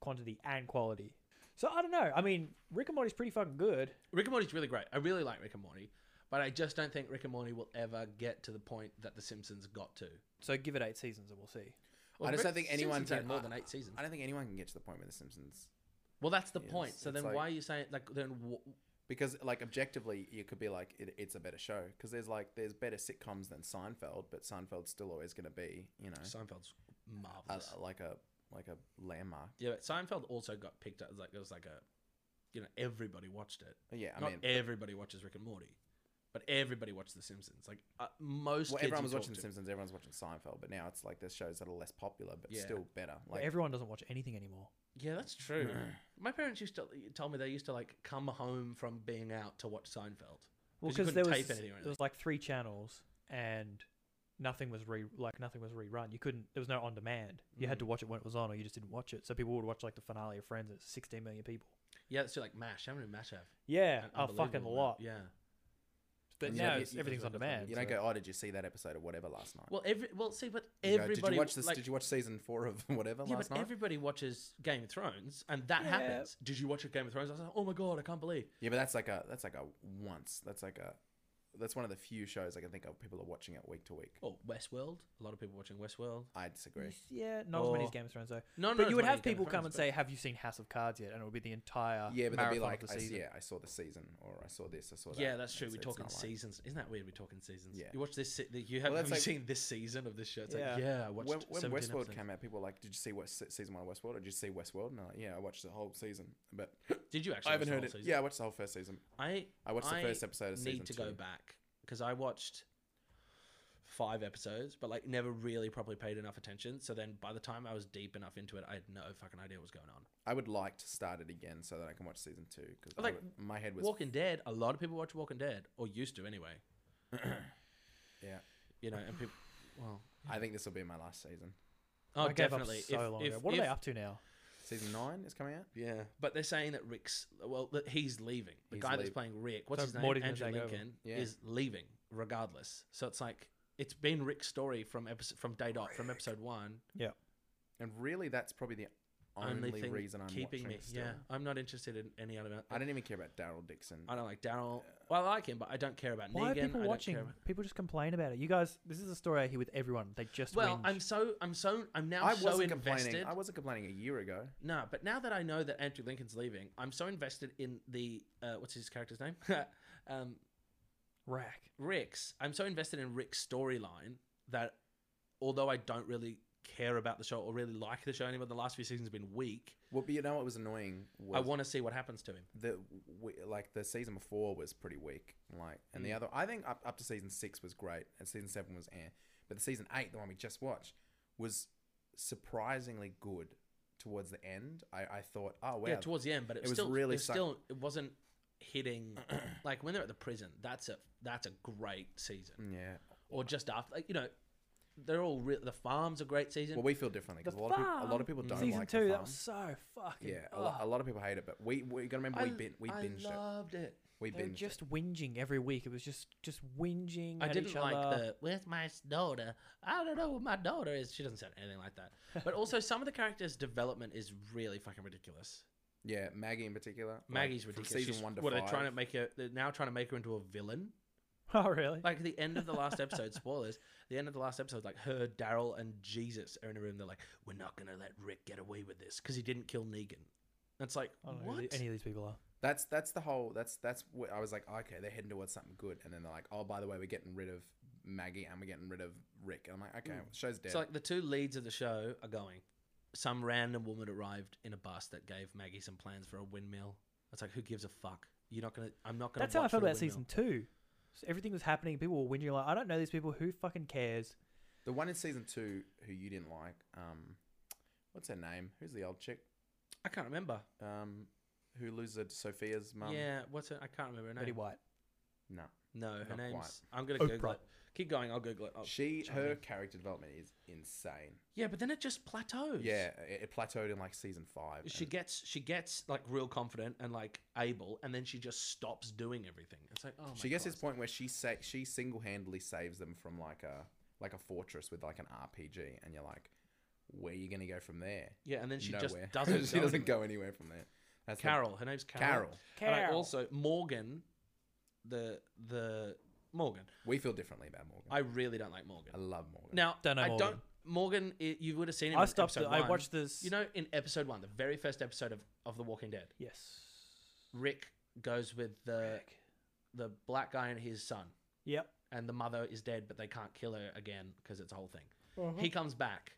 quantity and quality. So I don't know. I mean, Rick and Morty's pretty fucking good. Rick and Morty's really great. I really like Rick and Morty, but I just don't think Rick and Morty will ever get to the point that The Simpsons got to. So give it eight seasons and we'll see. I just Rick- don't think anyone Simpsons had can- more I- than eight seasons. I don't think anyone can get to the point where The Simpsons well, that's the Yes, point. So it's then, like- why are you saying like then? wh- because like objectively you could be like it, it's a better show because there's like there's better sitcoms than Seinfeld, but Seinfeld's still always going to be you know Seinfeld's a, marvelous. like a like a landmark. yeah, but Seinfeld also got picked up. Like it was like a, you know, everybody watched it. Yeah, I Not mean, everybody watches Rick and Morty, but everybody watched The Simpsons. Like uh, most. well, kids everyone you was talk watching The to- Simpsons, everyone's watching Seinfeld, but now it's like there's shows that are less popular but Yeah. still better. But Like everyone doesn't watch anything anymore. Yeah, that's true. My parents used to tell me they used to like come home from being out to watch Seinfeld. 'Cause you Well, because couldn't there was tape anything or there was like three channels and nothing was re like nothing was rerun. You couldn't. There was no on demand. You Mm. had to watch it when it was on, or you just didn't watch it. So people would watch like the finale of Friends. It's 16 million people. Yeah, that's true. Like Mash. How many did Mash have? Yeah, An a fucking unbelievable amount. lot. Yeah. But And now you- it's, you- everything's on demand. you so- don't go, oh, did you see that episode or whatever last night? Well, every well, see, but You go, everybody did you watch this? like- did you watch season four of whatever yeah, last but night? everybody watches Game of Thrones, and that Yeah. happens. Did you watch Game of Thrones? I was like, oh my god, I can't believe. yeah, but that's like a that's like a once. That's like a That's one of the few shows I can think of people are watching it week to week. Oh, Westworld. A lot of people watching Westworld. I disagree. Yeah, not as many as Or- Game of Thrones though. No, no, but Oh. as you would many have as Game of people come Thrones, and but- say, "Have you seen House of Cards yet?" And it would be the entire Yeah, but they'd marathon be like, of I, the season. yeah, I saw the season, or I saw this, I saw that. Yeah, that's true. It's- We it's talk in not like- seasons. Isn't that weird? We talk in seasons. Yeah. You watch this. se- You have, Well, have that's you like- seen this season of this show? It's Yeah. like yeah, I watched When, when 17 Westworld episodes. came out, people were like, "Did you see what se- season one of Westworld? Or did you see Westworld?" And I'm like, "Yeah, I watched the whole season, but Did you actually? I haven't watch heard the it. whole Yeah, I season? watched the whole first season. I I watched the first episode of need season to go two. back because I watched five episodes, but like never really properly paid enough attention. So then by the time I was deep enough into it, I had no fucking idea what was going on. I would like to start it again so that I can watch season two because Like, my head was Walking Dead. A lot of people watch Walking Dead, or used to anyway. yeah. You know, and people. Well, I think this will be my last season. oh, I gave definitely. Up so if, long if, ago. What are if- they up to now? Season nine is coming out. Yeah, but they're saying that Rick's well, that he's leaving. The He's guy that's leaving. playing Rick, what's So his name? Morty's gonna Andrew take over. Lincoln Yeah. is leaving regardless. So it's like it's been Rick's story from episode from day dot from episode one. Yeah, and really that's probably the only, Only, thing reason I'm keeping watching me. it still. Yeah, I'm not interested in any other. I don't even care about Daryl Dixon. I don't like Daryl. Well, I like him, but I don't care about Negan. why are people I don't watching? Care about... People just complain about it. You guys, this is a story I hear with everyone. They just Well, whinge. I'm so I'm so I'm now I so wasn't invested. complaining. I wasn't complaining a year ago. No, but now that I know that Andrew Lincoln's leaving, I'm so invested in the uh, what's his character's name? um, rack. Rick's, I'm so invested in Rick's storyline that although I don't really care about the show or really like the show anymore, the last few seasons have been weak. Well, but you know what was annoying was I want to see what happens to him. the we, like the season before was pretty weak. Like, and Mm. the other, I think up, up to season six was great, and season seven was eh. But the season eight, the one we just watched, was surprisingly good towards the end. I, I thought, oh wow, Yeah, towards the end, but it, it was still, really it suck- still it wasn't hitting like when they're at the prison. That's a that's a great season, Mm, yeah. or just after, like you know, they're all re- the farms a great season. Well, we feel differently because a lot of people, a lot of people don't season like two. The that farm. was so fucking. yeah, a, lo- ugh. a lot of people hate it, but we we gotta remember we bin, we I binged it. loved it. We they were binged it. just whinging every week. It was just just whinging. I at didn't each like other. the where's my daughter? I don't know where my daughter is. She doesn't sound anything like that. But also, some of the characters' development is really fucking ridiculous. Yeah, Maggie in particular. like, Maggie's from ridiculous. Season She's- one to what five. are they trying to make her? They're now trying to make her into a villain. Oh really? Like the end of the last episode, spoilers. The end of the last episode, like her, Daryl, and Jesus are in a room. They're like, "We're not gonna let Rick get away with this because he didn't kill Negan." That's like I don't know who what? the- any of these people are. That's that's the whole. That's that's what I was like. Okay, they're heading towards something good, and then they're like, oh, by the way, we're getting rid of Maggie and we're getting rid of Rick. And I'm like, okay, show's dead. So like the two leads of the show are going. Some random woman arrived in a bus that gave Maggie some plans for a windmill. It's like who gives a fuck? You're not gonna. I'm not gonna. That's how I watch felt your about windmill. season two. So everything was happening. People were whinging. Like I don't know these people. Who fucking cares? the one in season two who you didn't like, um, what's her name? Who's the old chick? I can't remember. Um, who loses her to Sophia's mum? Yeah, what's her? I can't remember her name. Betty White. no, No, her Not name's. quite. I'm gonna Oprah. Google it. Keep going. I'll Google it. I'll- she Oh, Charlie. her character development is insane. Yeah, but then it just plateaus. Yeah, it, it plateaued in like season five. She and- gets she gets like real confident and like able, and then she just stops doing everything. It's like oh my she gets God. this point where she sa- she single handedly saves them from like a like a fortress with like an RPG, and you're like, where are you gonna go from there? Yeah, and then she Nowhere. just doesn't. she doesn't anywhere. go anywhere from there. That's the- Carol. Her name's Carol. And I Carol. also Morgan, the the Morgan. We feel differently about Morgan. I, I really don't like Morgan. love Morgan. Now Don't know I Morgan. don't. Morgan, i you would have seen him. I in stopped. episode it. I one. watched this. You know, in episode one, the very first episode of of The Walking Dead, Yes. Rick goes with the Rick. the black guy and his son, Yep. and the mother is dead, but they can't kill her again because it's a whole thing. He comes back,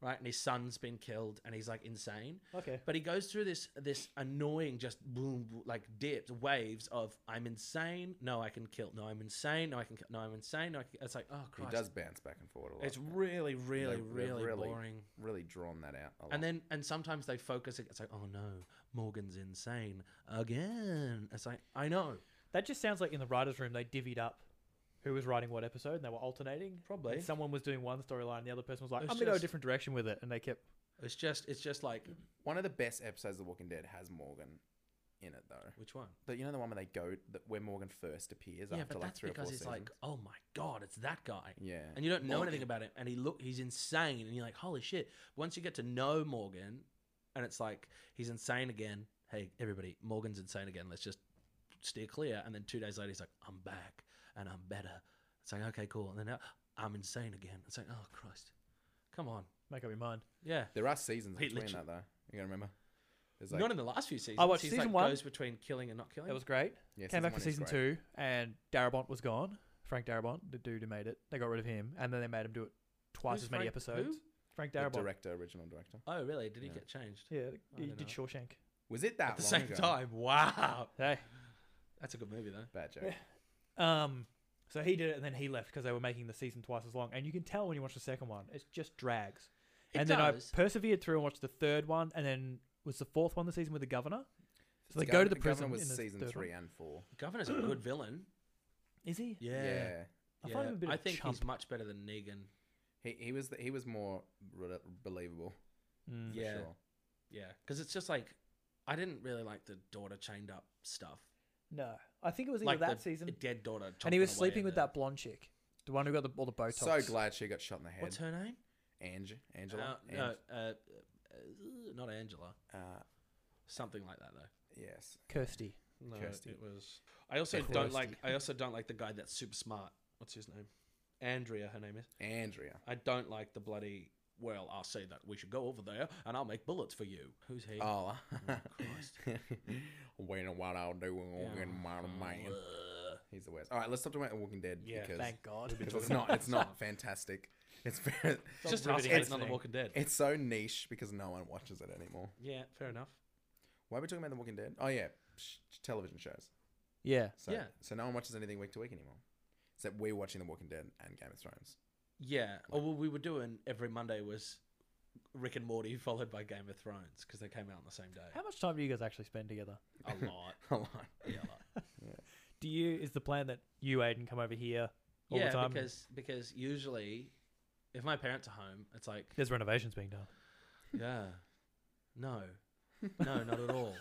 right, and his son's been killed, and he's like insane. Okay. But he goes through this this annoying just boom boom, like dips waves of I'm insane. No, I can kill. No, I'm insane. No, I can. Kill. No, I'm insane. No, I can. It's like oh he Christ. does bounce back and forward a lot. It's really, really, They've- they've really, boring. Really drawn that out. A lot. And then and sometimes they focus. It's like oh no, Morgan's insane again. It's like I know. That just sounds like in the writers' room they divvied up who was writing what episode and they were alternating. Probably. And someone was doing one storyline and the other person was like, It's "I'm gonna go a just- different direction with it," and they kept. It's just it's just like one of the best episodes of The Walking Dead has Morgan in it though. which one? But you know the one where they go that where Morgan first appears yeah, after but like that's three because or four it's seasons. like oh my god, it's that guy. yeah, And you don't know Morgan. anything about him, and he look he's insane, and you're like, holy shit! Once you get to know Morgan, and it's like he's insane again. Hey, everybody, Morgan's insane again. Let's just steer clear. And then two days later, he's like, I'm back, and I'm better. It's like, okay, cool. And then uh, I'm insane again. It's like, oh, Christ. Come on. Make up your mind. Yeah. There are seasons Wait, between literally- that though. You gotta remember. There's like not in the last few seasons. I watched He's, season like, one. goes between killing and not killing. That was great. yeah, Came back one for is season great. two, and Darabont was gone. Frank Darabont, the dude who made it, they got rid of him, and then they made him do it twice Who's as many Frank- episodes. who? Frank The Darabont. director, original director. Oh, really? Did he Yeah. get changed? Yeah, I he don't did know. Shawshank. Was it that At the long same ago? time. Wow. Hey, That's a good movie, though. Bad joke. um, so he did it, and then he left because they were making the season twice as long, and you can tell when you watch the second one, it's just drags. It and does. then I persevered through and watched the third one, and then was the fourth one the season with the governor? So they Governor- go to the Governor prison. in was the season third three One. and four. Governor's a good villain. Is he? Yeah. Yeah. I find him a bit of I a think chump. he's much better than Negan. He he was the, he was more re- believable. Mm. For Yeah. Sure. Yeah. Because it's just like, I didn't really like the daughter chained up stuff. No, I think it was either Like that the season, dead daughter. and he chomping was away sleeping in with the- that blonde chick, the one who got the, all the Botox. So glad she got shot in the head. What's her name? Ange, Uh, Angela. no, Ange- uh, uh, uh, not Angela. uh, Something like that, though. yes. Kirsty. No, Kirsty. it was. I also Kirsty. don't like. I also don't like the guy that's super smart. What's his name? Andrea, her name is. Andrea. I don't like the bloody. Well, I'll say that we should go over there, and I'll make bullets for you. Who's he? Oh. Christ. Waiting what I'll do when Yeah. walking my man. Ugh. He's the worst. All right, let's stop talking about Walking Dead Yeah, because Thank God. because it's not it's not fantastic. It's very, It's just us riveting hating listening. on the Walking Dead. it's so niche because no one watches it anymore. yeah, fair enough. Why are we talking about The Walking Dead? Oh yeah, sh- television shows. Yeah. So, Yeah. So no one watches anything week to week anymore. Except we're watching The Walking Dead and Game of Thrones. Yeah. Oh well, we were doing every Monday was Rick and Morty followed by Game of Thrones because they came out on the same day. Oh. How much time do you guys actually spend together? A lot. Hold on. Yeah, a lot. Do you? Is the plan that you, Aiden, come over here all yeah, the time? because because usually, if my parents are home, it's like there's renovations being done. yeah, no, no, not at all.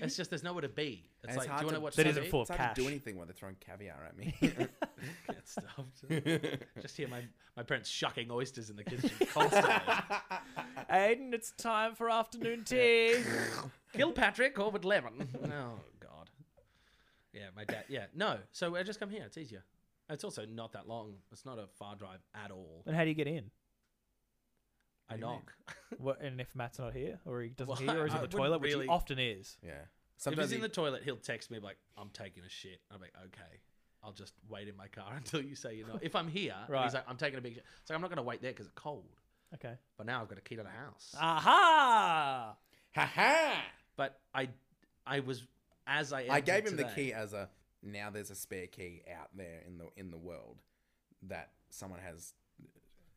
It's just there's nowhere to be. It's, And it's like hard do you to- want to watch That TV? isn't full It's of hard cash. to do anything while they're throwing caviar at me. Get stuffed. just hear my my parents shucking oysters in the kitchen constantly. Aiden, it's time for afternoon tea. Kilpatrick or with lemon. oh God. Yeah, my dad. Yeah, no. So I just come here. It's easier. It's also not that long. It's not a far drive at all. and how do you get in? I do you mean? knock. What, and if Matt's not here, or he doesn't Well, hear, or is I- in I the wouldn't toilet, which really- he often is. yeah. if he's Sometimes in the he- toilet, he'll text me like, "I'm taking a shit." I'm like, "Okay, I'll just wait in my car until you say you're not." If I'm here, and Right. he's like, "I'm taking a big shit," so I'm not going to wait there because it's cold. Okay. But now I've got a key to the house. Ah. Aha! ha ha. but I, I was as I I. entered gave him the today- key as a now there's a spare key out there in the in the world that someone has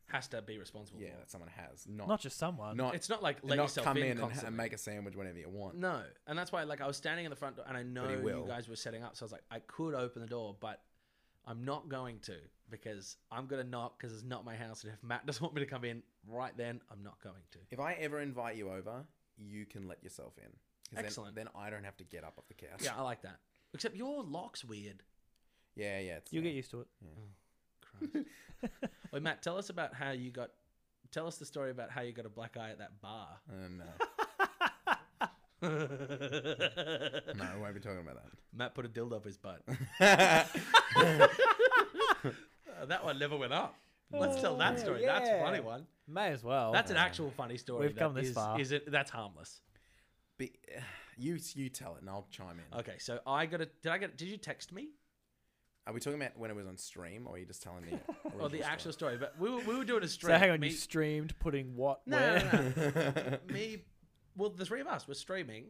Has to be responsible. yeah for. that someone has not Not just someone. not it. It's not like let not yourself come in, in, and, ha- constantly. and make a sandwich whenever you want. No, and that's why like I was standing in the front door, and I know he you will. guys were setting up, so I was like, I could open the door, but I'm not going to because I'm gonna knock because it's not my house, and if Matt doesn't want me to come in right then, I'm not going to. If I ever invite you over, you can let yourself in. 'Cause then- Excellent. Then, I don't have to get up off the couch. Yeah, I like that. Except your lock's weird. yeah, yeah. It's You'll uh, get used to it. Christ. Wait, Matt, tell us about how you got. Tell us the story about how you got a black eye at that bar. Uh, no, no, we won't be talking about Matt put a dildo up his butt. that. Uh, that one never went up. Let's tell that Oh, story. That's a funny yeah. one. May as well. That's an actual funny story. We've come that this is- far. Is it? That's harmless. Be, you you tell it, and I'll chime in. Okay, so I got a. Did I get? Did you text me? Are we talking about when it was on stream, or are you just telling me? Or the actual story? But we were, we were doing a So stream. hang on, me, you streamed putting what? no, where? no, no, no. me. Well, the three of us were streaming,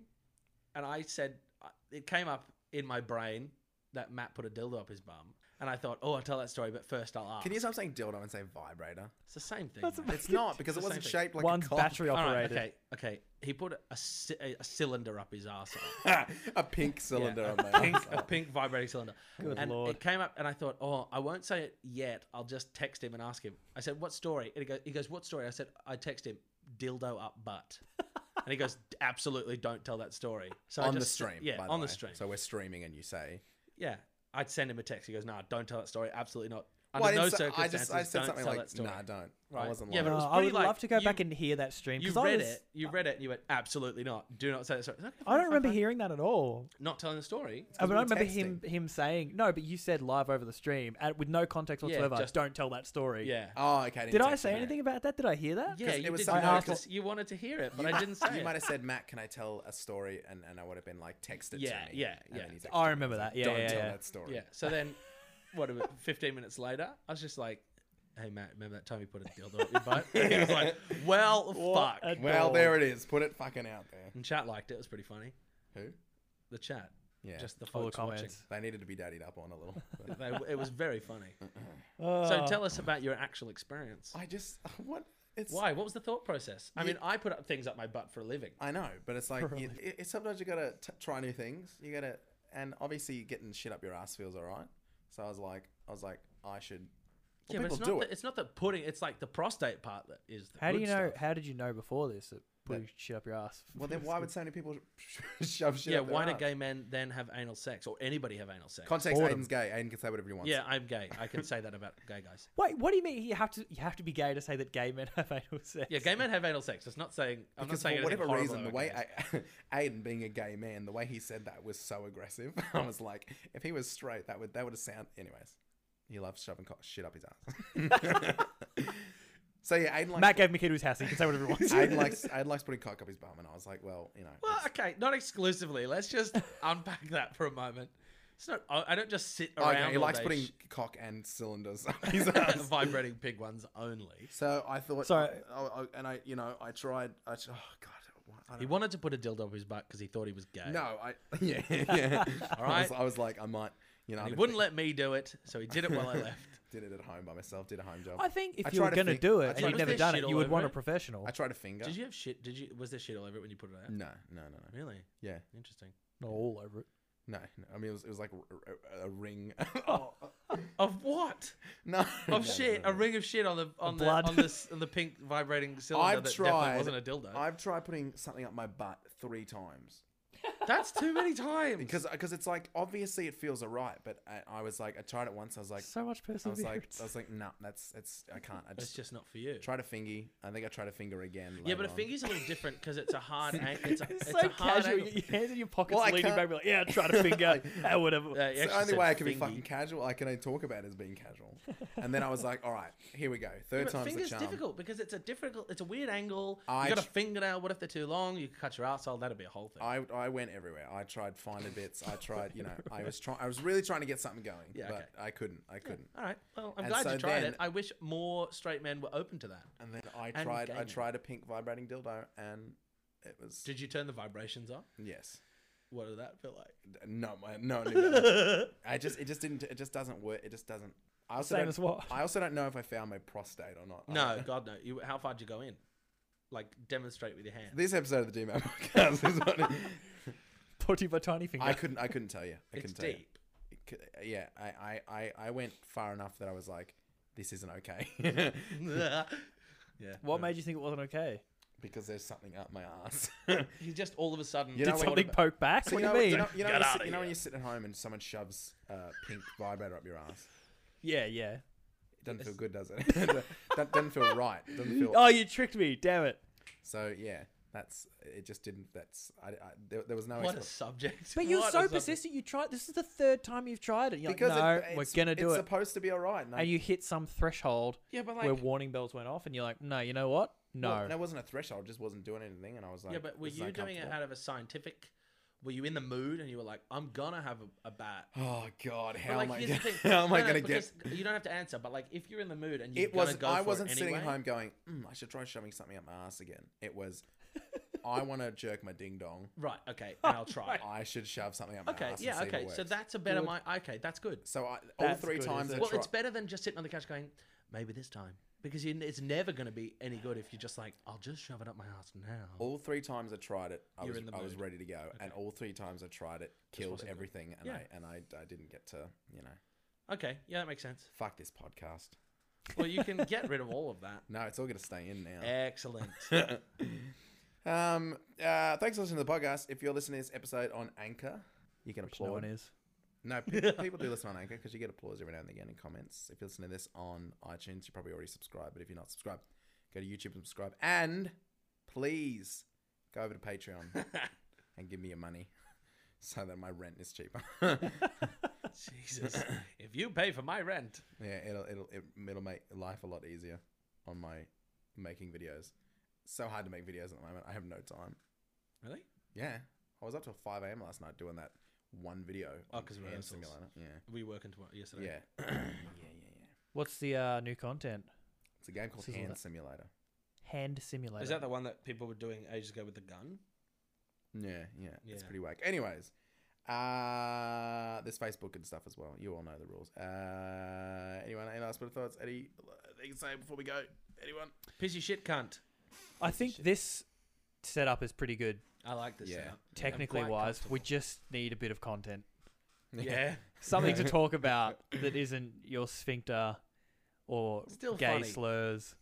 and I said uh, it came up in my brain that Matt put a dildo up his bum, and I thought, oh, I'll tell that story, but first I'll ask. Can you stop saying dildo and say vibrator? It's the same thing. That's mate. a- It's not because it the same wasn't thing. shaped like One's a cock. battery All right, operated. okay, okay. He put a, ci- a, cylinder up his arse. a pink cylinder Yeah, on a my pink, arsehole. a pink vibrating cylinder. Good and lord. it came up, and I thought, oh, I won't say it yet. I'll just text him and ask him. I said, what story? And he goes, he goes, what story? I said, I text him, dildo up butt. and he goes, absolutely don't tell that story. So I on the just- stream. yeah, by on way. the stream. So we're streaming, and you say yeah, I'd send him a text. He goes, nah, don't tell that story. Absolutely not. Under I, didn't no say- I circumstances just I said don't something tell like, that story. nah, don't. I Right. wasn't Yeah, like, but it was Uh, I pretty would like love to go back you- and hear that stream. You 'cause I read was- it. You read it. and You went absolutely not. Do not say that story. It's like, okay, I don't fine, remember fine, hearing that at all. fine. Not telling the story. I, 'cause mean, we I were remember him him saying no, but you said live over the stream at, with no context Yeah, whatsoever. just- don't tell that story. Yeah. oh, okay. Did I text say him that. anything about that? Did I hear that? Yeah, it you was did so know hard because you wanted to hear it, but I didn't say You it. might have said, Matt, can I tell a story? And, and I would have been like, text it Yeah, to me. yeah, And yeah. then he texted I me. remember was that. like, Yeah, Don't yeah, tell yeah. that story. Yeah. So then, what? About Fifteen minutes later, I was just like, "Hey Matt, remember that time you put a dildo up your butt?" And he was like, "Well, What fuck." a Well, dog. there it is. Put it fucking out there. And chat liked it. It was pretty funny. Who? The chat, Yeah. just the All the folks watching. comments. They needed to be daddied up on a little. but- They, it was very funny. Oh. So tell us about your actual experience. I just what it's Why? What was the thought process? I mean, I put up things up my butt for a living. I know, but it's like you, it, it's sometimes you gotta t- try new things. You gotta, and obviously getting shit up your ass feels alright. So I was like, I was like, I should. Well, yeah, but people it's do not, it. the, it's not the pudding. It's like the prostate part that is the How do good you know? stuff. How did you know before this that put shit up your ass? well, then why would so many people shove shit? Yeah, up their why do ass? gay men then have anal sex or anybody have anal sex? Context: Boredom. Aiden's gay. Aiden can say whatever he wants. yeah, I'm gay. I can say that about gay guys. Wait, what do you mean? You have to you have to be gay to say that gay men have anal sex? Yeah, gay men have anal sex. It's not saying I'm Because not saying for whatever anything reason, the horrible way about I, Aiden being a gay man, the way he said that was so aggressive. I was like, if he was straight, that would that would have sound. Anyways, he loves shoving co- shit up his ass. so yeah, Aiden likes Matt gave me key to his house. He can say whatever he wants. I'd like I'd like putting cock up his bum, and I was like, well, you know, Well, it's- okay, not exclusively. Let's just unpack that for a moment. It's not. I I don't just sit okay, around. he all likes day putting sh- cock and cylinders up his ass. vibrating pig ones only. so I thought, Sorry. I, I- and I, you know, I tried. I, tr- oh god, I He don't, wanted to put a dildo up his butt because he thought he was gay. no, I, yeah, yeah. I, was, right. I was like, I might, you know, And I he didn't wouldn't let me do it, so he did it while I left. think- did it at home by myself, did a home job. I think if I you were tried to gonna think- do I it and tried you'd to never think- done Shit it, all you would over want a it. professional. I tried a finger. Did you have shit? Did you? Was there shit all over it when you put it out? No, no, no, no. Really Yeah, interesting. Not all over it. no, no. I mean, it was, it was like r- r- a, ring. Of what? no, no, no, Of Oh, shit? no, A ring of shit on the on the blood. on the s- on the pink vibrating cylinder I've that tried. definitely wasn't a dildo. I've tried putting something up my butt three times. That's too many times. because because it's like obviously it feels alright, but I, I was like I tried it once. I was like So much I was perseverance. like I was like no, that's it's I can't. I it's just, just not for you. tried a fingy. I think I tried a finger again. Yeah, but a later on. fingy's a little different because it's a hard angle. It's, a, it's It's a so hard casual. angle. Your hands in your pockets, Well, I leaning can't- back, be like, "Yeah, try to finger, uh, whatever." Uh, It's you the actually only said way I can be fingy. fucking casual. I can only talk about it as being casual. And then I was like, all right, here we go. Third But time's the finger's charm. difficult because it's a difficult. It's a weird angle. I you got a tr- fingernail. What if they're too long? You could cut your asshole. That'd be a whole thing. I, I went everywhere. I tried finer bits. I tried, you know, I was trying. I was really trying to get something going, Yeah, but okay. I couldn't. I couldn't. All right. Well, I'm And glad so you tried then- it. I wish more straight men were open to that. And then I And tried. I gaming. tried a pink vibrating dildo, and it was Did you turn the vibrations off? yes. What did that feel like? No, my- no, no, no. I just, it just didn't, it just doesn't work. It just doesn't. I also Same don't- as what? I also don't know if I found my prostate or not. I No, don't- God no. You, how far would you go in? Like demonstrate with your hand. This episode of the Gmail podcast is what Put you by tiny finger. I couldn't, I couldn't tell you. I It's couldn't tell you. deep. It could- Yeah, I, I, I, I went far enough that I was like, this isn't okay yeah. what made you think it wasn't okay? because there's something up my ass. He just all of a sudden. You know Did what- something poke back? So what you know, do you mean? you know, you know, Get when, you outta sit, you know when here. you sit at home and someone shoves uh, pink vibrator up your ass. yeah, yeah. It doesn't feel good, does it? that doesn't feel right. It doesn't feel Oh, you tricked me! Damn it! So yeah, that's it. Just didn't. That's I. I there, there was no. What a expla- subject. But you're What a so subject. persistent. You tried. This is the third time you've tried it. You're like, it- no, we're it's- gonna do It's it. supposed to be all right. No, and you hit some threshold Yeah, but where like. warning bells went off, and you're like, no, you know what? No. Well, no, it wasn't a threshold. Just wasn't doing anything, and I was like, Yeah, but were this is you doing it uncomfortable. out of a scientific? Were you in the mood and you were like, "I'm gonna have a, a bat"? Oh God, But how like, am I? here's the Gonna, thing. how am I No, no, gonna get? because You don't have to answer, but like, if you're in the mood and you're It wasn't. Go I for wasn't it sitting at anyway- home going, mm, I should try shoving something up my ass again. It was, I want to jerk my ding dong. Right. Okay. And I'll try. it. I should shove something up my okay. ass. and Yeah. see if "Oh, it Okay. So works. that's a better Good. mind. Okay. That's good. So I, all That's three good, times. isn't I it? tried. Well, it's better than just sitting on the couch going, maybe this time, because you, it's never going to be any good if you're just like, I'll just shove it up my ass now. All three times I tried it, I You're was in the I was mood. ready to go, and all three times I tried it killed wasn't good. everything, and Yeah. I and I, I didn't get to you know Okay. Yeah, that makes sense. fuck this podcast. Well, you can get rid of all of that. No, it's all gonna stay in now. Excellent. Eh. Um, uh, thanks for listening to the podcast. If you're listening to this episode on Anchor, you can No applaud. one is. No, people, people do listen on Anchor because you get applause every now and again in comments. If you listen to this on iTunes, you're probably already subscribed. But if you're not subscribed, go to YouTube and subscribe. And please go over to Patreon and give me your money so that my rent is cheaper. Jesus. if you pay for my rent, yeah, it'll it'll it, it'll make life a lot easier on my making videos. So hard to make videos at the moment. I have no time. really? Yeah, I was up till five a.m. last night doing that one video. Oh, on 'cause hand rehearsals. simulator. Yeah, We work into yesterday. yeah, yeah, yeah, yeah. What's the uh, new content? It's a game called Sizzle Hand that. Simulator. Hand simulator. Is that the one that people were doing ages ago with the gun? Yeah, yeah, it's Yeah. pretty whack. Anyways, uh, there's Facebook and stuff as well. You all know the rules. Uh, anyone any last bit of thoughts? Eddie, they can say before we go. Anyone? Pissy shit cunt. I think this setup is pretty good I like this. Yeah. setup. technically quite wise. We comfortable. just need a bit of content. Yeah. Something to talk about that isn't your sphincter or Still gay funny. slurs.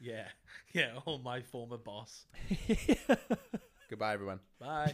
Yeah. Yeah. Oh, my former boss. Goodbye, everyone. Bye.